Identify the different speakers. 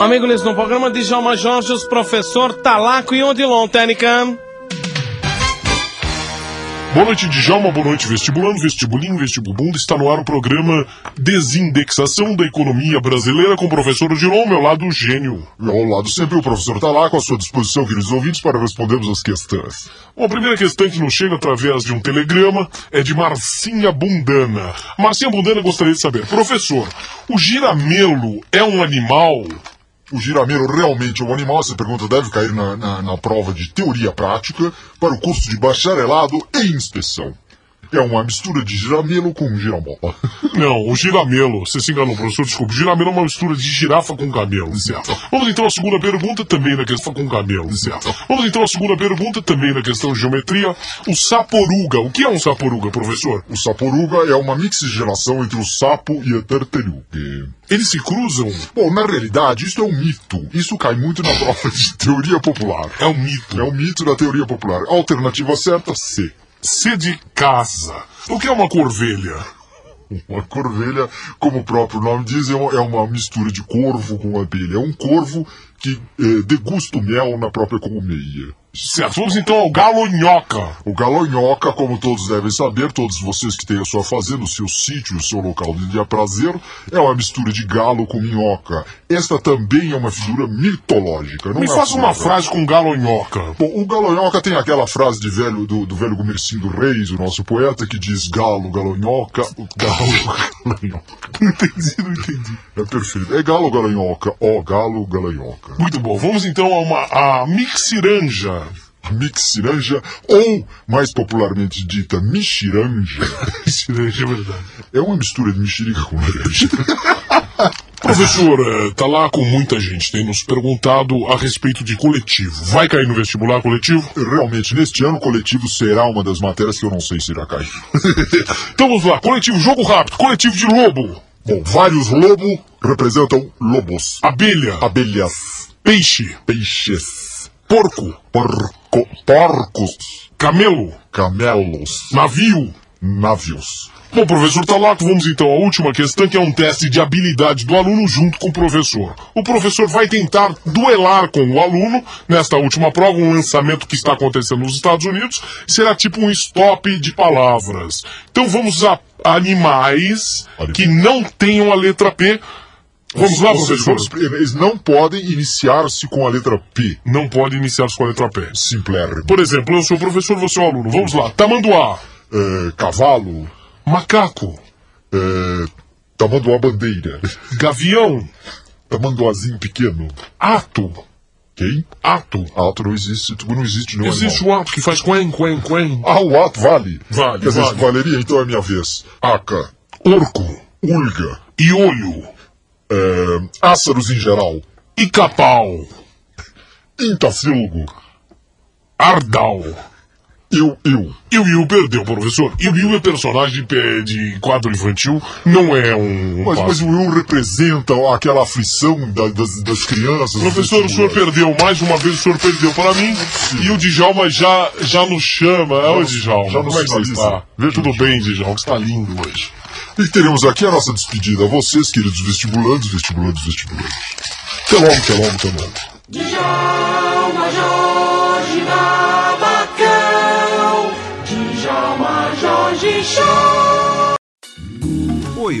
Speaker 1: Amigos, no programa de Djalma Jorge, professor Talaco e Odilon Técnica.
Speaker 2: Boa noite, Djalma. Boa noite, vestibulando, vestibulinho, vestibubundo. Está no ar o programa Desindexação da Economia Brasileira com o professor Odilon, ao meu lado o gênio. E ao lado sempre o professor tá Talaco, à sua disposição, queridos ouvintes, para respondermos as questões. Bom, a primeira questão que nos chega através de um telegrama é de Marcinha Bundana. Marcinha Bundana gostaria de saber, professor, o giramelo é um animal?
Speaker 3: O giramelo realmente é um animal? Essa pergunta deve cair na, na, na prova de teoria prática para o curso de bacharelado em inspeção. É uma mistura de giramelo com giramola.
Speaker 2: Não, o giramelo. Você se enganou, professor. Desculpa. Giramelo é uma mistura de girafa com camelo. Certo. Vamos então à segunda pergunta, também na questão com camelo. Certo. Vamos então à segunda pergunta, também na questão de geometria. O saporuga. O que é um saporuga, professor?
Speaker 3: O saporuga é uma mixigenação entre o sapo e a tartaruga.
Speaker 2: Eles se cruzam?
Speaker 3: Bom, na realidade, isso é um mito. Isso cai muito na prova de teoria popular.
Speaker 2: É um mito.
Speaker 3: É um mito da teoria popular. Alternativa certa, C.
Speaker 2: C de casa. O que é uma corvelha?
Speaker 3: Uma corvelha, como o próprio nome diz, é uma, é uma mistura de corvo com abelha. É um corvo que eh, degusta o mel na própria colmeia.
Speaker 2: Certo, vamos então ao galonhoca.
Speaker 3: O galonhoca, como todos devem saber, todos vocês que têm a sua fazenda, o seu sítio, o seu local de prazer, é uma mistura de galo com minhoca. Esta também é uma figura mitológica. Não
Speaker 2: Me
Speaker 3: é
Speaker 2: faça uma
Speaker 3: figura.
Speaker 2: frase com galonhoca.
Speaker 3: Bom, o galonhoca tem aquela frase de velho, do, do velho Gomercindo Reis, o nosso poeta, que diz galo, galonhoca, galo, galonhoca.
Speaker 2: Não entendi, não entendi.
Speaker 3: É perfeito. É galo, galonhoca, ó, galo, galonhoca.
Speaker 2: Muito bom, vamos então a uma a mixiranja.
Speaker 3: Mixiranja, ou, mais popularmente dita, mixiranja,
Speaker 2: Mixiranja, é verdade.
Speaker 3: é uma mistura de mexerica com laranja.
Speaker 2: Professor, eh, tá lá com muita gente, tem nos perguntado a respeito de coletivo. Vai cair no vestibular coletivo?
Speaker 3: Realmente, neste ano, coletivo será uma das matérias que eu não sei se irá cair.
Speaker 2: Então vamos lá, coletivo, jogo rápido, coletivo de lobo,
Speaker 3: Bom, vários lobos representam lobos,
Speaker 2: abelha,
Speaker 3: abelhas,
Speaker 2: peixe,
Speaker 3: peixes,
Speaker 2: porco,
Speaker 3: porco, porcos,
Speaker 2: camelo,
Speaker 3: camelos,
Speaker 2: navio.
Speaker 3: navios.
Speaker 2: Bom, professor Talato, vamos então à última questão, que é um teste de habilidade do aluno junto com o professor. O professor vai tentar duelar com o aluno nesta última prova, um lançamento que está acontecendo nos Estados Unidos. Será tipo um stop de palavras. Então vamos a animais que não tenham a letra P. Vamos lá,
Speaker 3: Ou seja,
Speaker 2: professor.
Speaker 3: vamos- Eles não podem iniciar-se com a letra P.
Speaker 2: Não pode iniciar-se com a letra P.
Speaker 3: Simplérrimo.
Speaker 2: Por exemplo, eu sou o professor, você é o aluno. Vamos lá. Tamanduá.
Speaker 3: É, cavalo,
Speaker 2: Macaco.
Speaker 3: é, tamanduá bandeira,
Speaker 2: Gavião.
Speaker 3: tamanduazinho pequeno.
Speaker 2: Ato.
Speaker 3: Quem?
Speaker 2: Ato.
Speaker 3: Ato não existe, não existe nenhum
Speaker 2: Existe
Speaker 3: animal.
Speaker 2: o ato que faz quen, quen, quen.
Speaker 3: Ah, o ato vale?
Speaker 2: Vale,
Speaker 3: Quer dizer,
Speaker 2: vale.
Speaker 3: valeria? Então é minha vez. Aca,
Speaker 2: Orco.
Speaker 3: ulga,
Speaker 2: E olho.
Speaker 3: é, ácaros em geral,
Speaker 2: E capau.
Speaker 3: intacilgo,
Speaker 2: Ardal.
Speaker 3: eu, eu.
Speaker 2: E o Will perdeu, professor. E o Will é personagem de, pe- de quadro infantil, não é um.
Speaker 3: Mas, mas
Speaker 2: pássaro.
Speaker 3: o eu representa aquela aflição da- das, das crianças.
Speaker 2: Professor, o senhor perdeu mais uma vez, o senhor perdeu para mim. E o Djalma já, já nos chama. É o Djalma.
Speaker 3: já
Speaker 2: Como
Speaker 3: nos
Speaker 2: é que você
Speaker 3: sinaliza.
Speaker 2: está?
Speaker 3: Veja,
Speaker 2: Tudo bem, Djalma. Está lindo hoje.
Speaker 3: E teremos aqui a nossa despedida. A vocês, queridos vestibulantes, vestibulantes, vestibulantes. Até logo, até logo, até logo.
Speaker 4: Djalma Jorge Babacão Djalma Jorge Show
Speaker 5: Oi,